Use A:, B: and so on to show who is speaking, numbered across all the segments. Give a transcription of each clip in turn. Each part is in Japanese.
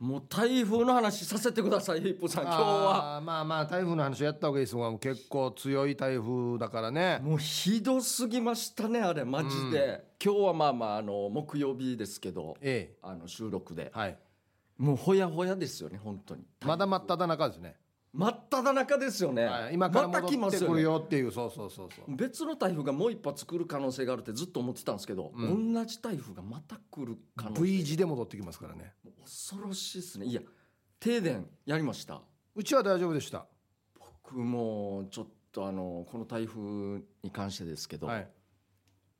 A: もう台風の話させてくださいヒップさん 今日は
B: あーまあまあ台風の話をやった方がいいですもう結構強い台風だからね
A: もうひどすぎましたねあれマジで、今日はまあまああの木曜日ですけど
B: え
A: あの収録で
B: えはい
A: もうほやほやですよね本当に
B: まだ真っ只中ですね、
A: 真っ只中ですよね、
B: はい、今から
A: また来
B: 戻
A: ま
B: って
A: す
B: く
A: よ
B: る
A: ね
B: よっていうそうそうそうそう
A: 別の台風がもう一発来る可能性があるってずっと思ってたんですけど、
B: うん
A: 同じ台風がまた来る可能性
B: V 字で戻ってきますからね
A: もう恐ろしいですねいや停電やりました
B: うちは大丈夫でした
A: 僕もちょっとあのこの台風に関してですけど、
B: はい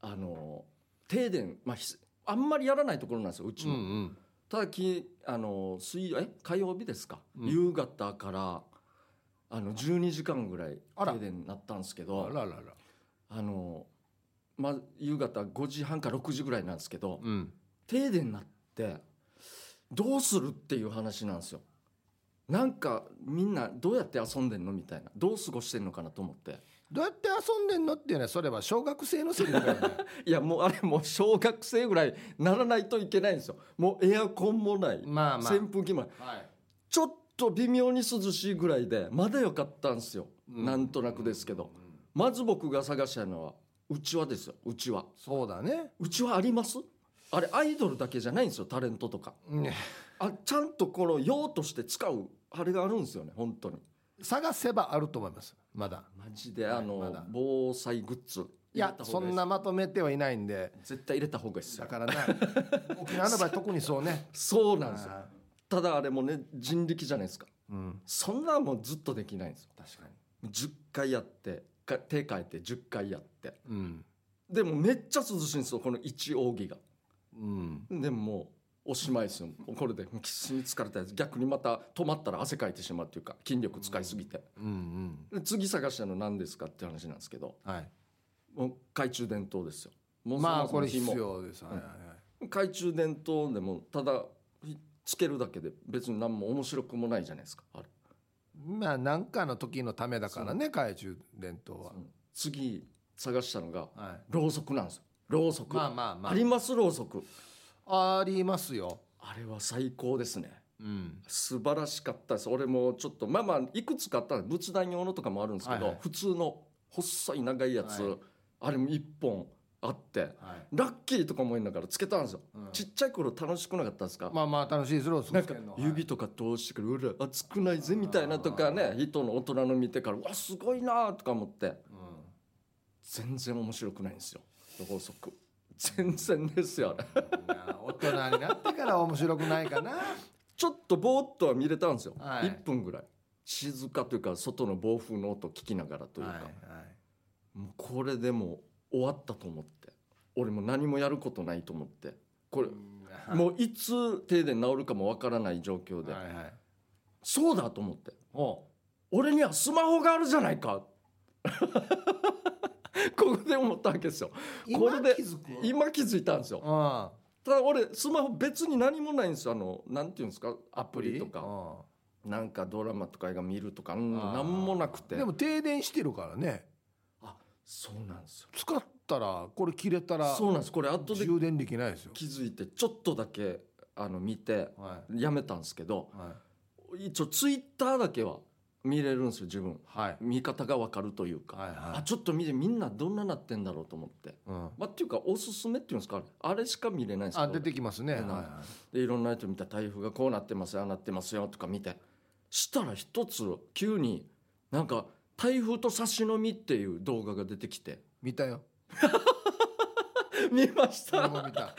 A: あの停電、まあ、ひすあんまりやらないところなんですようち
B: うん
A: も、
B: うん
A: ただきあの水曜え火曜日ですか、
B: うん
A: 夕方からあの12時間ぐらい
B: あら
A: 停電になったんですけ
B: あ
A: ど
B: ららら
A: あの、まあ、夕方5時半か6時ぐらいなんですけど、
B: うん
A: 停電になってどうするっていう話なんですよなんかみんなどうやって遊んでんのみたいなどう過ごしてんのかなと思って
B: どうやって遊んでんのっていうねそれは小学生のセリフだ よね
A: いやもうあれもう小学生ぐらいならないといけないんですよもうエアコンもない、
B: まあまあ
A: 扇風機もない
B: はい
A: ちょっと微妙に涼しいぐらいでまだ良かったんですよ、
B: うん
A: なんとなくですけど、
B: うん
A: まず僕が探したのはうちわですようちわ
B: そうだね
A: うちわありますあれアイドルだけじゃないんですよタレントとか
B: ね
A: あちゃんとこの用として使うあれがあるんですよね本当に
B: 探せばあると思いますまだ
A: マジで
B: はい
A: あの、
B: まだ
A: 防災グッズ
B: いやそんなまとめてはいないんで
A: 絶対入れた方がいいです
B: だ
A: よ
B: からね沖縄の場合特にそうね
A: そうなんですよ
B: あ
A: ただあれもね人力じゃないですか
B: ーうん
A: そんなもんずっとできないんですよ
B: 確か
A: 10回やってか手変えて10回やって
B: にうん
A: でもめっちゃ涼しいんですよこの一扇が
B: うん
A: でももうおしまいですよこれでキスに疲れたやつ逆にまた止まったら汗かいてしまうというか筋力使いすぎて、
B: うんう
A: で
B: ん
A: 次探したの何ですかって話なんですけど
B: はい
A: もう懐中電灯ですよもう
B: まあ
A: そ
B: こ
A: も
B: れ
A: そ
B: 必
A: も
B: 要ですはいはい
A: 懐中電灯でもただひつけるだけで別に何も面白くもないじゃないですかあれ
B: まあ何かの時のためだからね懐中電灯は
A: うん次探したのが
B: はい
A: ろうそくなんですよろうそく、
B: まあまあま
A: ありますろうそく
B: あありますよ
A: あれは最高ですね
B: うん
A: 素晴らしかったです俺もちょっとまあまあいくつかあったんで仏壇用のとかもあるんですけど、
B: はいはい
A: 普通の細い長いやつ、
B: はい
A: あれも1本あって
B: はい
A: ラッキーとか思いながらつけたんですよ、
B: うん
A: ちっちゃい頃楽しくなかったですか、
B: まあまあ楽しいですろうそ
A: な
B: く
A: ん
B: つ
A: か
B: けんの
A: 指とか通してくるうら熱くないぜみたいなとかね人の大人の見てからうわすごいなとか思って
B: う
A: 全然面白くないんですよろうそく全然ですよあれ
B: んいや大人になってから面白くないかな
A: ちょっとぼーっとは見れたんですよ、
B: はい
A: 1分ぐらい静かというか外の暴風の音聞きながら というか、もうこれでもう終わったと思って俺もう何もやることないと思ってこれ
B: い
A: もういつ停電治るかもわからない状況で、
B: はいはい
A: そうだと思って
B: おう
A: 俺にはスマホがあるじゃないか ここで思ったわけですよこれで
B: 今気づく
A: 今気づいたんですよ
B: うん
A: ただ俺スマホ別に何もないんですよあのなんていうんですかアプリとか
B: う
A: なんかドラマとか映画見るとかうん
B: あー
A: 何もなくて
B: んでも停電してるからね
A: あそうなんですよ
B: 使ったらこれ切れたら
A: そうなんですこれ後で
B: 充電できないですよ
A: 気づいてちょっとだけあの見て
B: は
A: やめたんですけど
B: いはい
A: 一応ツイッターだけは見れるんですよ自分
B: はい
A: 見方がわかるというか、
B: はいは
A: あ
B: い
A: ちょっと見てみんなどんななってんだろうと思って。
B: うん
A: まあ、っていうかおすすめっていうんですかあれあれしか見れないんですけ
B: あ
A: ど
B: 出てきますねは
A: う
B: い
A: ん
B: は
A: でいろんな人見た台風がこうなってますよああなってますよとか見てしたら一つ急になんか「台風と差し飲み」っていう動画が出てきて
B: い見たよ
A: 見まし
B: 俺
A: た
B: も見 た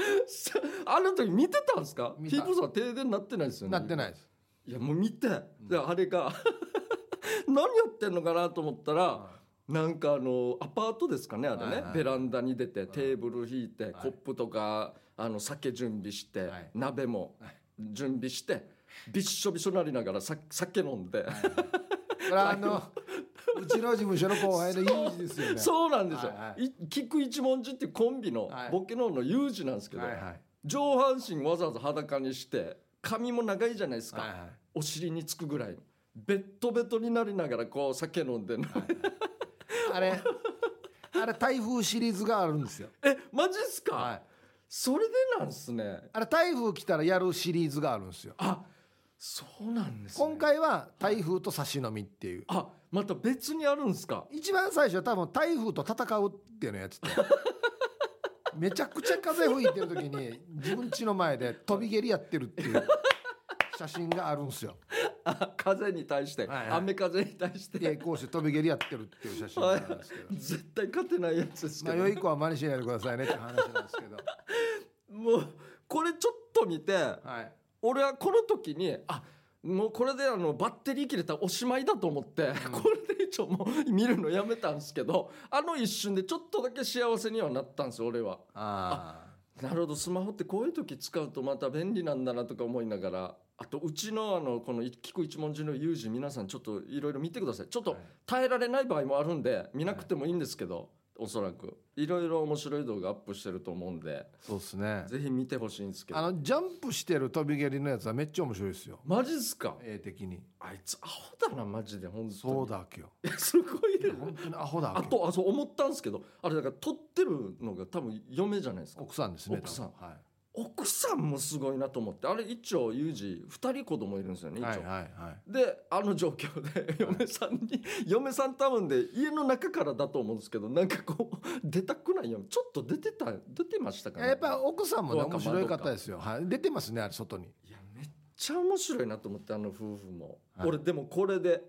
A: あの時見てたんですか
B: 見
A: ヒ
B: た
A: ープーさん停電なってないですよね
B: なってないです
A: いやもう見て、
B: ん
A: であれが 何やってんのかなと思ったら、なんかあのアパートですかねあれね、
B: はいはい
A: ベランダに出てテーブル引いて、
B: い
A: コップとかあの酒準備して、
B: はい
A: 鍋も
B: はい
A: 準備してびっしょびしょなりながらさ酒飲んで、
B: これあのうちの事務所の後輩の友人ですよね
A: そうなんですよ、
B: はいはい
A: 菊一文字っていうコンビの
B: はい
A: ボケの方の有事なんですけど、
B: はいはい
A: 上半身わざわざ裸にして髪も長いじゃないですか、
B: はいはい
A: お尻につくぐらいベッドベトになりながらこう酒飲んでんの
B: あれあれ台風シリーズがあるんですよ
A: えマジっすか、
B: はい
A: それでなんすね
B: あれ台風来たらやるシリーズがあるんですよ
A: あそうなんです、ね、
B: 今回は台風と差し飲みっていう、
A: あまた別にあるんですか
B: 一番最初は多分台風と戦うっていうの やっててめちゃくちゃ風吹いてる時に自分家の前で飛び蹴りやってるっていう写真があるんですよ
A: あ風に対して、
B: はいはい
A: 雨風に対して
B: 抵抗して飛び蹴りやってるっていう写真があるんですけど、
A: 絶対勝てないやつですけ
B: まあ
A: ど、
B: 良い子は真似しないでくださいねって話なんですけど
A: もうこれちょっと見て
B: はい
A: 俺はこの時にあもうこれであのバッテリー切れたらおしまいだと思って、これで一応もう見るのやめたんですけどあの一瞬でちょっとだけ幸せにはなったんですよ俺は
B: あ
A: なるほどスマホってこういう時使うとまた便利なんだなとか思いながらあとうちのあのこの聞く一文字の有事皆さんちょっといろいろ見てくださいちょっと
B: はい
A: 耐えられない場合もあるんで見なくてもいいんですけど、おそらくいろいろ面白い動画アップしてると思うんで
B: そうですね
A: ぜひ見てほしいんですけ
B: あ
A: ど
B: のジャンプしてる飛び蹴りのやつはめっちゃ面白いですよ
A: マジっすか
B: 絵的に
A: あいつアホだなマジで本当に
B: そうだっけよ
A: すごいね
B: 本当にアホだっ
A: あ
B: けよ
A: とあそう思ったんですけどあれだから撮ってるのが多分嫁じゃないですか
B: 奥さんですね
A: 奥さん
B: 多分はい
A: 奥さんもすごいなと思ってあれ一応ユージ2人子供いるんですよね一応、
B: はいはいはい
A: であの状況で嫁さんに、嫁さん多分で家の中からだと思うんですけどなんかこう出たくないよちょっと出てた出てましたか
B: い
A: ら、
B: ややっぱ奥さんもね
A: どうか
B: 面白い方ですよ、はい、出てますねあれ外
A: い
B: に
A: やめっちゃ面白いなと思ってあの夫婦も、
B: はい
A: 俺でもこれで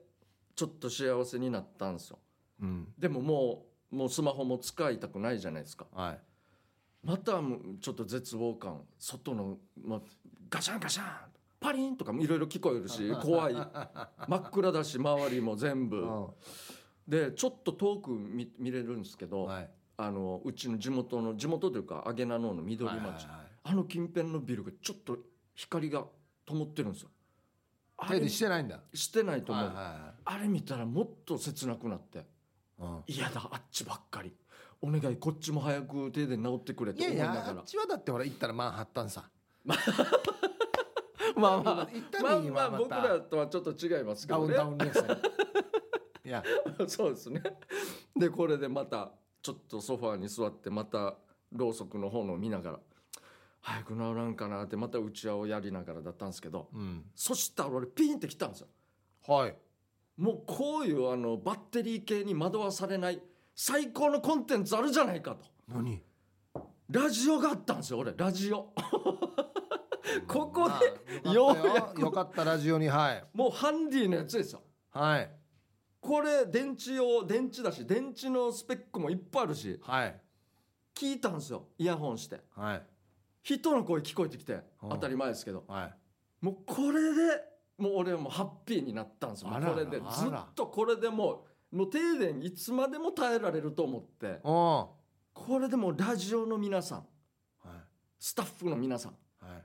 A: ちょっと幸せになったんですよ
B: うん
A: でももうもうスマホも使いたくないじゃないですか
B: はい
A: またもうちょっと絶望感外の、まあ、ガシャンガシャンパリンとかもいろいろ聞こえる し怖い真っ暗だし周りも全
B: う
A: 部
B: ん
A: でちょっと遠く見見れるんですけど、
B: はい
A: あのうちの地元の地元というか上野のの緑町、
B: はい
A: あの近辺のビルがちょっと光が灯ってるんですよあ
B: 手
A: れ
B: 入れしてないんだ
A: してないと思う、
B: はいは
A: あれ見たらもっと切なくなって
B: いはいうん
A: 嫌だあっちばっかりお願いこっちも早く停電治ってくれ
B: い
A: と
B: や
A: 思
B: い
A: いな
B: やあ
A: が
B: っ
A: ら
B: ちはだってほら行ったらマンハッタンさ
A: まあまあ
B: 行った
A: まあ
B: らいい
A: まあ
B: わま
A: 僕ら
B: た
A: とはちょっと違いますけ
B: ダウ
A: ど
B: ン
A: ね
B: ダウンレースいや
A: そうですねでこれでまたちょっとソファーに座ってまたろうそくの炎を見ながら早く治らんかなってまた打ち合いをやりながらだったんですけど
B: うん
A: そしたら俺ピンってきたんですよ
B: はい
A: もうこういうあのバッテリー系に惑わされない最高のコンテンツあるじゃないかと
B: 何
A: ラジオがあったんですよ俺ラジオここで
B: よ
A: よ
B: う
A: う
B: や
A: や
B: く
A: く
B: よかったラジオにはい
A: もうハンディのやつですよ
B: はい
A: これ電池用電池だし電池のスペックもいっぱいあるし
B: はい
A: 聞いたんですよイヤホンして
B: はい
A: 人の声聞こえてきて
B: うん
A: 当たり前ですけど
B: はい
A: もうこれでもう俺はもうハッピーになったんですよ
B: あらら
A: これで
B: あら
A: ずっとこれでもうもう停電いつまでも耐えられると思って
B: おお
A: これでもうラジオの皆さん
B: は
A: スタッフの皆さん
B: いはい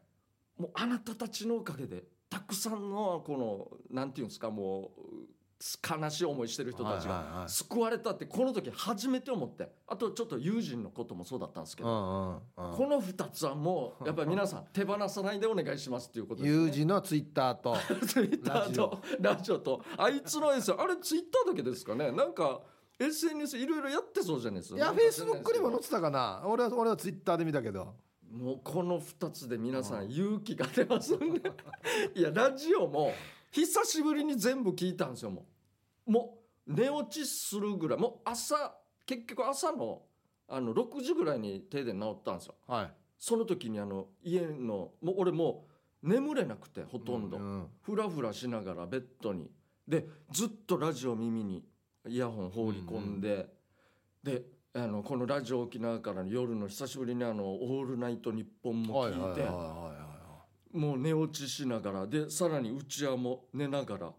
A: もうあなたたちのおかげでたくさんのこのなんていうんですかもう悲しい思いしてる人たちが
B: が
A: 救われたってこの時初めて思ってあとちょっと友人のこともそうだったんですけ
B: う
A: ど、
B: んうんうん
A: この2つはもうやっぱり皆さん手放さないでお願いしますっていうことです
B: 友
A: ね。
B: 人のツイッターと
A: ツイッターとラジオとあいつの S あれツイッターだけですかねなんか SNS いろいろやってそうじゃないですか
B: いや
A: なん
B: フ
A: か
B: ェイ
A: 知
B: ス
A: ら
B: ブ
A: ないですけど
B: ックにも載ってたかな俺は俺はツイッターで見たけど
A: もうこの2つで皆さ
B: うん
A: ん勇気が出ますんでいやラジオも久しぶりに全部聞いたんですよもうもう寝落ちするぐらいもう朝結局朝のあの6時ぐらいに停電治ったんですよ
B: はい
A: その時にあの家のもう俺もう眠れなくてほとんど、
B: うん
A: ふらふらしながらベッドにでずっとラジオ耳にイヤホン放り込んで、であのこのラジオ沖縄からの夜の久しぶりにあの「オールナイトニッポン」も
B: はい
A: 聞い
B: はい
A: て、
B: はいはいは
A: もう寝落ちしながらでさらにうちわも寝ながら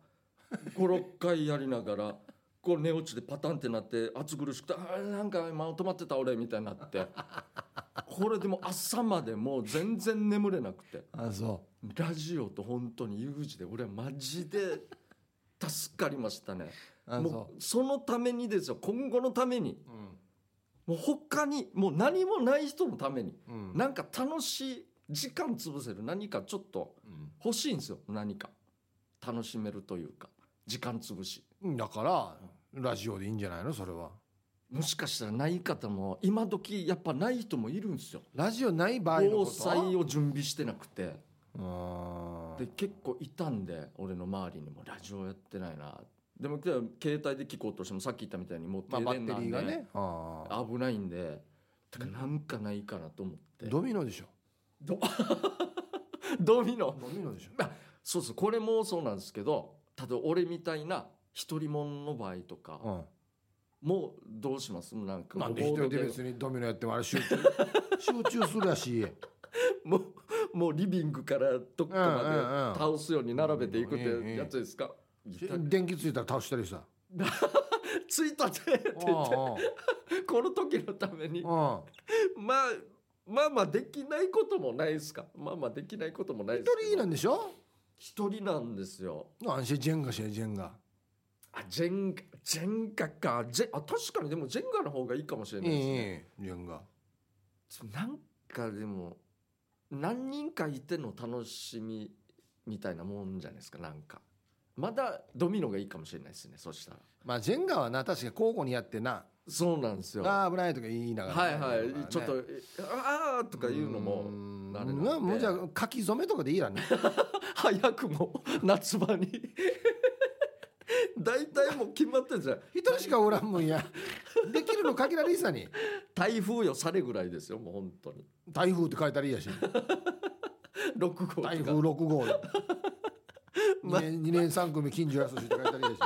A: 56回やりながらこう寝落ちでパタンってなって暑苦しくて「あーなんか今止まってた俺」みたいになってこれでもう朝までもう全然眠れなくて。
B: いあそ
A: ラジオと本当に有事で俺はマジで助かりましたね
B: うあ
A: も
B: そう
A: そのためにですよ今後のために
B: ううん
A: もう他にもう何もない人のために、
B: うん
A: なんか楽しい時間潰せる何かちょっと
B: うん
A: 欲しいんですよ何か楽しめるというか時間潰し
B: だからラジオでいいんじゃないのそれは
A: もしかしたらない方も今時やっぱない人もいるんですよ
B: ラジオない場合の
A: 防
B: こと
A: 災を準備してなくて
B: うん
A: で結構いたんで俺の周りにもラジオやってないなでも携帯で聞こうとしてもさっき言ったみたいにもう
B: まあ、
A: 停
B: バッ
A: 電
B: テ
A: なん
B: リ
A: で、
B: ーがねああ
A: 危ないんでだからなんかないかなと思って
B: ドミノでしょ
A: どドミノ
B: ドミノでしょ
A: そうそうこれもそうなんですけど例えば俺みたいな一人者の場合とか、
B: う
A: もうどうしますなんか
B: ん、なんで一
A: ボード
B: 人で別にドミノやってもあれ集 中集中するやし
A: もうもうリビングからどっか
B: うんうんう
A: ま
B: ん
A: で倒すように並べていくっ
B: うんうんう
A: て
B: ん
A: やつですか、いた
B: 電気ついたら倒した りさ
A: ついたてって言ってこの時のために
B: うんうんうん
A: まあまあまあできないこともないですかまあまあできないこともないで
B: 一
A: すけど
B: 人なんでしょ
A: 一人なんですよ
B: なんしジェンガしやジェンガ
A: あジェンガジェンガかジェあ確かにでもジェンガの方がいいかもしれない
B: いい
A: です
B: い
A: ね、
B: いジェンガ
A: なんかでも何人かいての楽しみみたいなもんじゃないですかなんかまだドミノがいいかもしれないですねそしたら
B: まあジェンガはな確かに交互にやってな
A: そうなんですよは
B: あー危ないとか言いながら
A: い
B: ね、
A: はい、
B: まあね
A: ちょっと「ああ」とか言うのも
B: うん
A: あれなんで
B: まあもうじゃあ書き初めとかでいいやね
A: 早くも夏場に大体もう決まってるじゃん
B: 一人しかおらんもんや できるの限られいさに
A: 台風よされぐらいですよもう本当に
B: 台風って書いたらいいやし
A: 6号とか
B: 台風6号 2, 年2年3組近所やすしって書いたらいいやし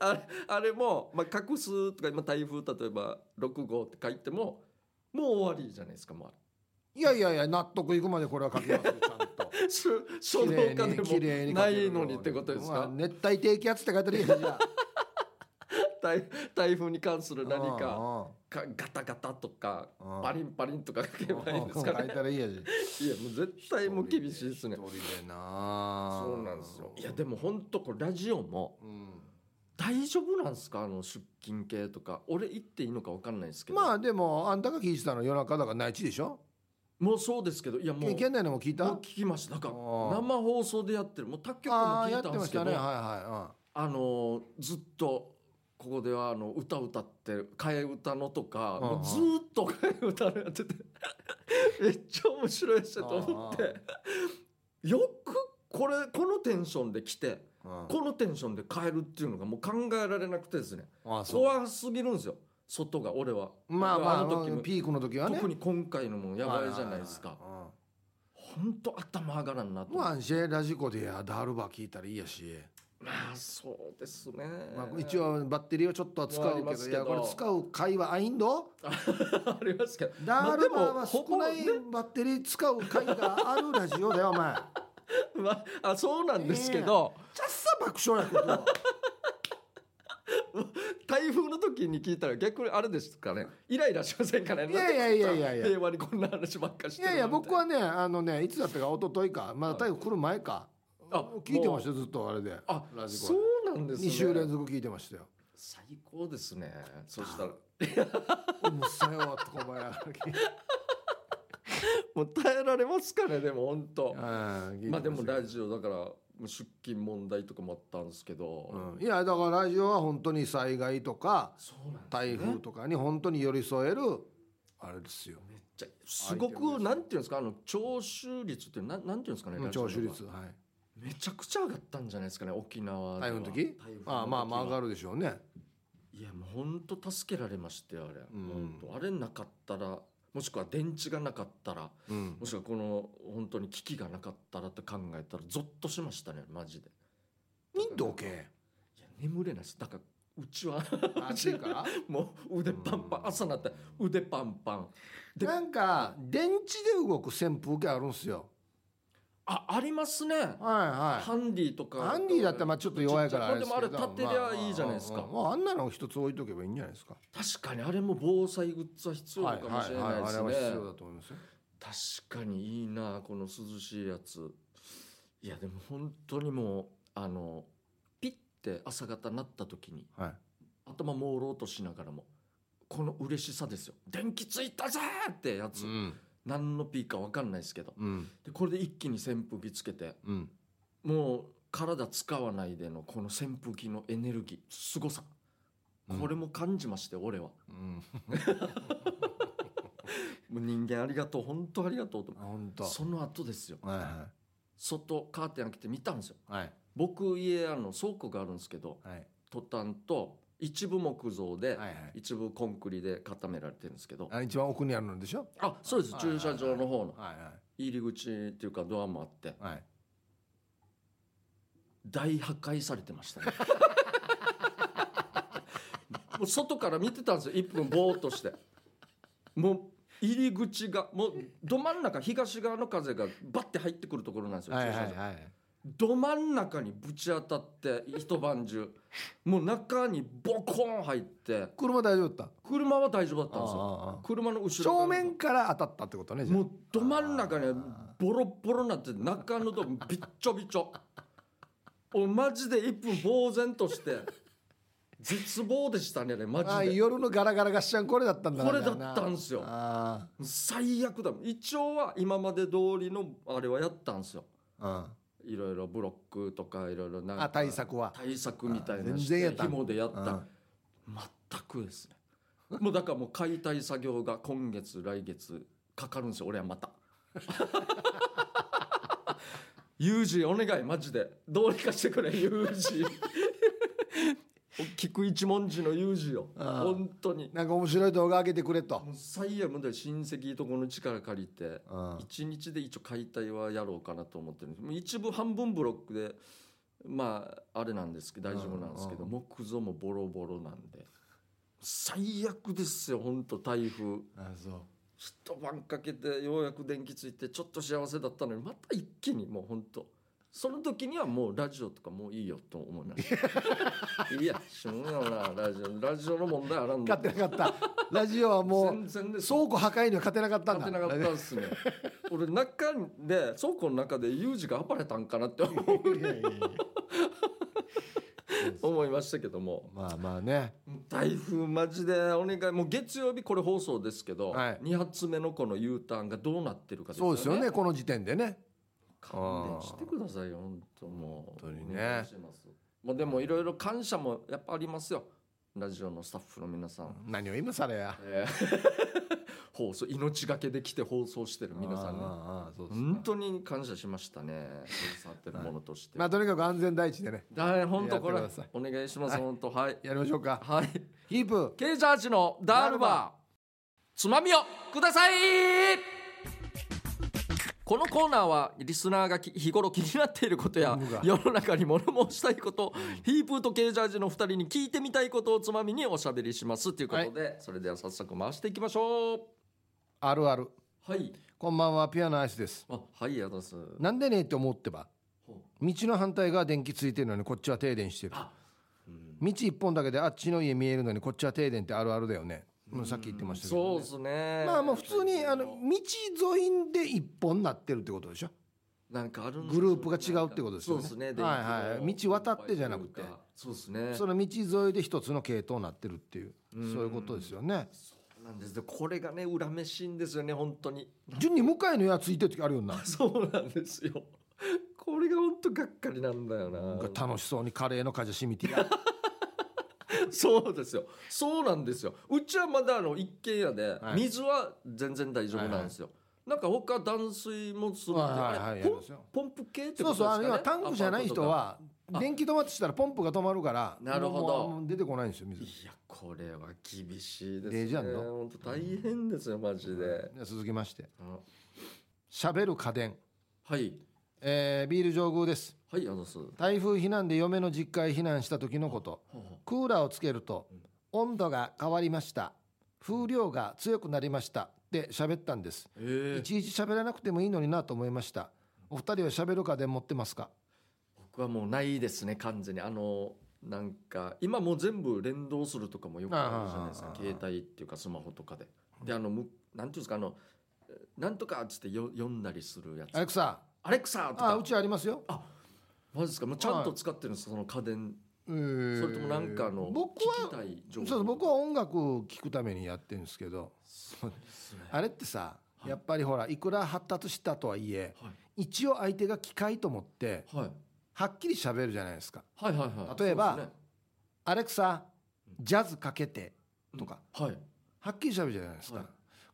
A: あれあれも、まあ、隠すとか今台風例えば6号って書いてももう終わりじゃないですかもうあれ
B: いやいやいや納得いくまでこれは書きますよちゃんと
A: そ その他でも
B: 綺麗に綺麗に書
A: な
B: けるよ
A: いう
B: に
A: のにってことです
B: まあ
A: か
B: 熱帯低気圧って書いたらいいやしじゃあ
A: 台台風に関する 何か
B: か
A: かガタガタとか
B: うん
A: パリンパリンとか書けばいいんですか
B: 書い
A: ね
B: たらいいや し
A: いやもう絶対もう厳しいですね
B: 一人でな
A: そうなんですよいやでも本当これラジオも
B: うん
A: 大丈夫なんですかあの出勤系とか俺行っていいのか分かんないですけど
B: まあでもあんたが聞いてたの夜中だから内地でしょ
A: もうそうですけどいやもうも
B: 県内のも聞いうた
A: 聞きましただから
B: あー
A: 生放送でやってるもう他局も
B: ああ
A: 聞
B: や
A: い
B: ったて
A: んで
B: ますし
A: け
B: た
A: ど
B: ねはいは
A: あのずっとここではあの歌歌って替え歌のとか、
B: うんうん
A: もうずーっと替え歌のやってて めっちゃ面白いっしと思って、
B: うん
A: よくこれこのテンションで来て
B: いはい
A: このテンションで変えるっていうのがもう考えられなくてですね
B: うんあそう
A: 怖すぎるんですよ外が俺は
B: まあまあ
A: の時も
B: ピークの時はね
A: 特に今回のもやばいじゃないですか
B: はいはいはいうん
A: 本当頭上がらんなと思
B: ま
A: って
B: あ、シェラジコでやダールバー聞いたらいいやし、
A: まあそうですね、
B: まあ、一応バッテリーはちょっとは使う
A: まああり
B: け
A: ま
B: ど
A: すけ
B: い
A: ど
B: やこれ使う回はあいんど
A: ありますけど
B: ダールバー
A: ま
B: は
A: あ
B: 少ない
A: ほぼ
B: バッテリー使う回があるラジオだよお前ちゃっ
A: まあ、あそうなんですけど、
B: さ爆笑やけ ど
A: 台風の時に聞いたら逆にあれですかねイライラしませんかね
B: いやいやいやいやいや
A: 平和にこんな話ばっかして
B: い
A: る
B: や
A: の
B: いや僕はねあのねいつだったか一昨日かまだ台風来る前か
A: あ
B: 聞いてましたたよずっとあれで
A: あ
B: ラジ
A: そ
B: コ
A: うなんですね
B: 2週連続聞いてましたよ
A: 最高ですねそ したら
B: 「もうさよ」とかお前 は
A: もう耐えられますかねでも本当
B: うん
A: まあでもラ
B: ジ
A: ジオだからもう出勤問題とかもあったんですけど、
B: うん、いやだからラジオは本当に災害とか
A: そうなんです
B: 台風とかに本当に寄り添えるあれですよ、
A: めっちゃすご
B: アイテムで
A: く
B: す
A: なんていうんですかあの聴取率ってなんなんていうんですかね
B: うん
A: ラジオ
B: 聴
A: の
B: 取率はい
A: めちゃくちゃ上がったんじゃないですかね沖縄では
B: 台風の時
A: 台風の時は
B: ああまあまあ上がるでしょうね
A: いやもう本当助けられましてあれ、
B: うん
A: ほんとあれなかったらもしくは電池がなかったら
B: うん
A: もしくはこの本当に危機がなかったらって考えたらゾッとしましたねマジで
B: ミント OK
A: いや眠れないですだからうちは
B: 暑いから
A: もう腕パンパン
B: うん
A: 朝になって腕パンパンで
B: なんか電池で動く扇風機あるんすよ
A: あありますね
B: はいはい
A: ハンディとか
B: ハンディだったらまあちょっと弱いから
A: ちっちゃまあでもあれ立てりゃいいじゃないですか
B: まあまあまああんなの一つ置いとけばいいんじゃないですか
A: 確かにあれも防災グッズは必要かもしれないで
B: あれ
A: す
B: は
A: ね
B: 必要だと思いますよ
A: 確かにいいなこの涼しいやついやでも本当にもうあのピッて朝方なった時に
B: はい
A: 頭朦朧としながらもこの嬉しさですよ電気ついたぜーってやつ、
B: ん
A: 何のピーか分かんないですけど
B: うん
A: でこれで一気に扇風機つけて
B: うん
A: もう体使わないでのこの扇風機のエネルギーすごさこれも感じまして、俺は
B: うん
A: もう人間ありがとう本当ありがとうと
B: 本当
A: その後ですよ
B: はいは
A: 外カーテン開けて見たんですよ
B: はい
A: 僕家あの倉庫があるんですけど
B: はい
A: トタンと一部木造で、
B: はいはい
A: 一部コンクリで固められてるんですけど
B: あ一番奥にあるのでしょ
A: あそうです
B: はい
A: 駐車場の方の
B: はい
A: 入り口っていうかドアもあって
B: はいはい
A: 大破壊されてましたね もう外から見てたんですよ1分ぼーっとしてもう入り口がもうど真ん中東側の風がバッて入ってくるところなんですよ、
B: は
A: 駐
B: いは
A: 車
B: い
A: 場
B: はい
A: ど真ん中にぶち当たって一晩中もう中にボコーン入って
B: 車大丈夫だった
A: 車は大丈夫だったんですよ
B: ああああ
A: 車の後ろ
B: 正
A: 側
B: 面から当たったってことねじゃあ
A: もうど真ん中に
B: あ
A: ボロボロになって中のとこびっちょびちょおマジで一分呆然として絶望でしたねマ
B: ああ
A: ジで
B: 夜のガラガラガッシャンこれだったんだな
A: これだったんですよ
B: あ
A: 最悪だ一応は今まで通りのあれはやったんですよ
B: あうん
A: いろいろブロックとかいろいろなんか
B: あ対策は
A: 対策みたいな
B: あ全然やった
A: 紐でやっ
B: うん
A: た全くですねもうだからもう解体作業が今月来月かかるんですよ俺はまたユージお願いマジでどうにかしてくれユージ聞く一文字のユージよ
B: ああ
A: 本当に
B: なんか面白い動画上げてくれと
A: もう最悪もうだから親戚とこの力借りて
B: うん
A: 一日で一応解体はやろうかなと思ってるんですもう一部半分ブロックでまああれなんですけど大丈夫なんですけど
B: うん
A: 木造もボロボロなんで最悪ですよ本当台風
B: あそう
A: 一晩かけてようやく電気ついてちょっと幸せだったのにまた一気にもう本当その時にはもうラジオとかもういいよと思いました いやしょうがないなラジオラジオの問題あらんの
B: 勝って なかったラジオはもう
A: 全然ですよ
B: 倉庫破壊には勝てなかったんだ
A: 勝てなかったです ね俺中で倉庫の中でユージが暴れたんかなって 思う
B: いやいやいや
A: 思いましたけども
B: まあまあね
A: 台風マジでお願いもう月曜日これ放送ですけど、
B: はい
A: 2発目のこの U ターンがどうなってるか
B: そうですよねこの時点でね
A: 勘弁してくださいよ本当もう
B: 本当にね
A: お願いしますもうでもいろいろ感謝もやっぱありますよラジオのスタッフの皆さん、
B: 何を今されや
A: えー 放送命がけで来て放送してる皆さんね
B: ああああそうです
A: 本当に感謝しましたね携わってるものとして、
B: まあとにかく安全第一でね
A: だ本当これ
B: やってください
A: お願いします、本当はい
B: やりましょうか
A: はい
B: ヒープ
A: ケイジャージのダール
B: ダール
A: バーつまみをくださいこのコーナーはリスナーがき日頃気になっていることや
B: うわ
A: 世の中に物申したいこと、ヒープーとケイジャージの2人に聞いてみたいことをつまみにおしゃべりしますということで、それでは早速回していきましょう
B: あるある
A: はい
B: こんばんはピアノアイスです
A: あはいやだす
B: なんでねって思ってば
A: ほ
B: 道の反対側電気ついてるのにこっちは停電してる
A: あうん
B: 道一本だけであっちの家見えるのにこっちは停電ってあるあるだよねもうさっき言ってましたけどね
A: そうですね
B: まあまあ普通にあの道沿いで一本なってるってことでしょ
A: なんかあるん
B: グループが違うってことですよね
A: そうですね。
B: はいはい
A: 電気の
B: 道渡ってじゃなくて
A: そうですね。
B: その道沿いで一つの系統になってるっていうそう
A: うん
B: いうことですよね
A: そうなんです。でこれがね恨めしいんですよね本当に。
B: 順に向かいの家ついてる時あるよな
A: そうなんですよ。これが本当がっかりなんだよ
B: なん
A: な。
B: か楽しそうにカレーの風しみてや
A: そうですよ。そうなんですよ。うちはまだあの一軒家で
B: はい
A: 水は全然大丈夫なんですよ。なんか他断水もするって
B: はいはいはい
A: あれ
B: や
A: ポ
B: り
A: ン
B: ますよ
A: ポンプ系って
B: そ
A: こ
B: うそう
A: と
B: あ
A: で
B: の
A: すか
B: 要は
A: ね。
B: タンクじゃない人は
A: パートとかあ
B: 電気止まってしたらポンプが止まるから
A: なるほど
B: もうもう出てこないんですよ水
A: いやこれは厳しい
B: デ
A: で
B: ー
A: す
B: ジ
A: ね。
B: ャンの
A: 本当大変ですよマジで。
B: で続きまして
A: あ
B: しゃべる家電、
A: はい
B: えービール上宮です
A: はいあざっす。
B: 台風避難で嫁の実家へ避難した時のこと
A: ほうほう
B: クーラーをつけると温度が変わりました風量が強くなりましたって喋ったんです
A: ええ
B: いちいち喋らなくてもいいのになと思いましたお二人は喋る家電持ってますか
A: 僕はもうないですね完全にあのなんか今もう全部連動するとかもよくあるじゃないです
B: あ
A: か
B: あああ
A: 携帯っていうかスマホとかでであのむなんていうんですかあのえなんとかっつってよ読んだりするや
B: アレ
A: つ
B: クサ
A: アレクサと
B: あう
A: か
B: ちありますよ
A: マジですかもうちゃんと使ってるんですその家電そ
B: それ
A: れともなんかあの
B: 僕
A: 聞き
B: は
A: たい情
B: そう
A: 報
B: そう僕は音楽を聴くためにやってるんですけど
A: そうですね
B: あれってさ
A: はい
B: やっぱりほらいくら発達したとはいえ
A: はい
B: 一応相手が機械と思って
A: はい
B: はっきり喋るじゃないですか
A: はいはいはい
B: 例えば
A: そうで
B: 「アレクサジャズかけて」とか
A: すねはい
B: はっきり喋るじゃないですか、
A: はい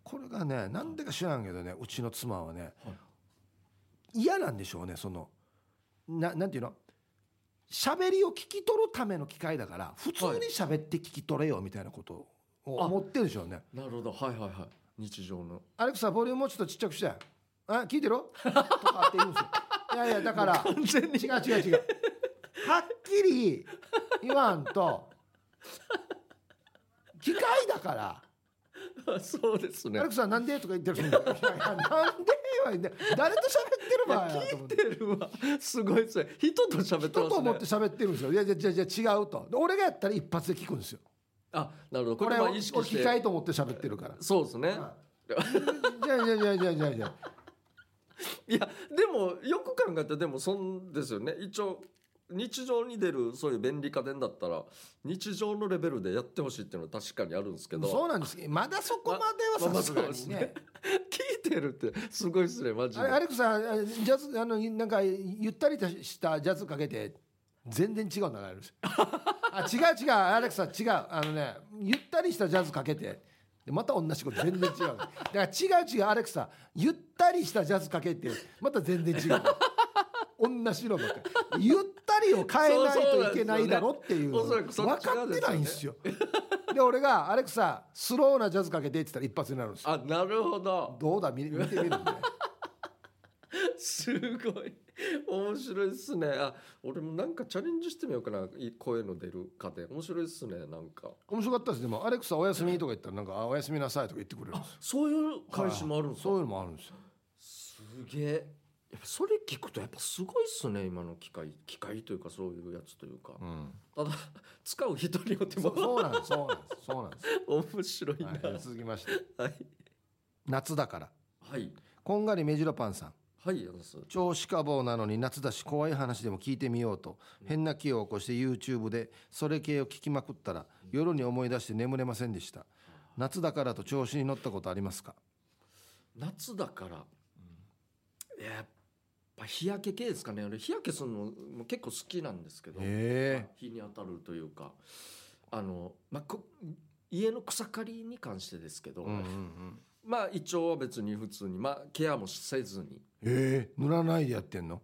B: これがねなんでか知らんけどねうちの妻はね、
A: はい
B: 嫌なんでしょうねそのななんていうの喋りを聞き取るための機会だから普通に喋って聞き取れよみたいなことを
A: あ
B: 思ってるでしょうね、
A: なるほどはいはいはい日常の
B: アレクサボリュームもうちょっとちっちゃくしてあ聞いてるとかって言うんですよいやいやだから
A: 完全に
B: 違う違う違うはっきり言わんと機械だから
A: あそうです
B: 「ア
A: ね
B: レクサなんで?」とか言ってる んだよいやいやなんで?」は言って誰と喋ってる
A: い
B: 場
A: や
B: 合やなと思
A: 聞
B: っ
A: い
B: て
A: てるわすごいですね人と喋って
B: 人
A: ま
B: と
A: す
B: 思
A: ね
B: って喋ってるんですよ「いやいやいやいや違うと」で俺がやったら一発で聞くんですよ
A: あなるほど
B: こ
A: これ
B: れを
A: は
B: 俺
A: 意識し
B: 機
A: て
B: 械と思って喋ってるから
A: そうですね
B: 「じゃあじゃあじゃあじゃあじゃあじゃあ
A: いやでもよく考えたらでもそんですよね一応日常に出るそういう便利家電だったら日常のレベルでやってほしいっていうのは確かにあるんですけど
B: そうなんですけどまだそこまではさすが
A: まあまあそうです
B: にね
A: ね聞いてるってすごいですねマジ
B: あ
A: で
B: れアレクサあジャズあのなんかゆったりとしたジャズかけて全然違うの流れる んですよあ違う違うアレクサ違うあのねゆったりしたジャズかけてでまた同じこと全然違うのだから違う違うアレクサゆったりしたジャズかけてまた全然違うの同じのばっかりゆったりを変えないといけないだろっていうの
A: そうそうなんですよね
B: 分かってないんですよで俺が「アレクサスローなジャズかけて」って言ったら一発になるんですよ
A: あなるほど
B: どうだ見見てみるんで。
A: すごい面白いですねあ俺もなんかチャレンジしてみようかない声の出る家電面白いですねなんか
B: 面白かったですでも「アレクサおやすみ」とか言ったらなんかあ「おやすみなさい」とか言ってくれるんですよ
A: そういう返しもあるんですか
B: そういうのもあるんですよ
A: すげえやっぱそれ聞くとやっぱすごいっすね今の機械機械というかそういうやつというか、
B: うん
A: ただ使う人によって
B: そ
A: も
B: うそうなんですそうなんですそうなんで
A: 面 白いな
B: す、はい、続きまして
A: はい
B: 夏だから
A: はい
B: こんがり目白パンさん
A: はいやす
B: 超シカボーなのに夏だし怖い話でも聞いてみようと変な気を起こして YouTube でそれ系を聞きまくったら夜に思い出して眠れませんでした夏だからと調子に乗ったことありますか
A: 夏だから、やっぱ日焼け系ですかね俺日焼けするのも結構好きなんですけど、
B: へえ
A: 日に当たるというかあの、まあ、こ家の草刈りに関してですけど、
B: うんうんうん
A: まあ一応は別に普通に、まあ、ケアもせずに
B: えー、塗らないでやってんの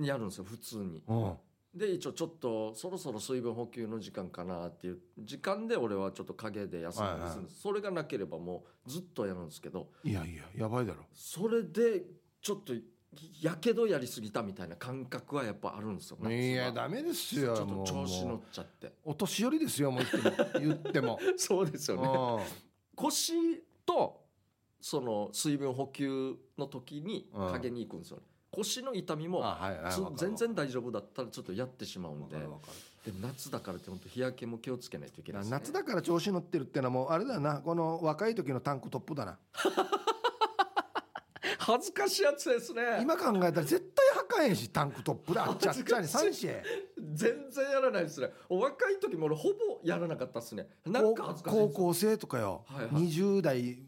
A: やるんですよ普通に。
B: うん
A: で一応ちょっとそろそろ水分補給の時間かなっていう時間で俺はちょっと陰で休んだりするんです、それがなければもうずっとやるんですけど
B: いやいややばいだろ
A: それでちょっとやけどやりすぎたみたいな感覚はやっぱあるんですよ夏はい
B: やダメです
A: ちょ
B: よ
A: っと
B: もう
A: 調子乗っちゃって
B: お年寄りですよもう 言っても言っても
A: そうですよね腰とその水分補給の時に
B: うん
A: 陰に行くんですよね腰の痛み
B: うん
A: も
B: あはいはい
A: つ
B: わかる
A: 全然大丈夫だったらちょっとやってしまう
B: わ
A: の
B: か
A: で
B: るわかる
A: で夏だからって本当日焼けも気をつけないといけないです、ね、
B: 夏だから調子乗ってるってのはもうあれだよなこの若い時のタンクトップだな
A: 恥ずかしいやつですね
B: 今考えたら絶対破かへんしタンクトップだあっちゃっちゃ
A: 恥
B: に
A: ず
B: 三
A: かし
B: 子へ
A: 全然やらないですねお若い時も俺ほぼやらなかったですねなんか恥ずかしい
B: 高
A: です
B: 校生とかよ、
A: はいはい
B: 二十20代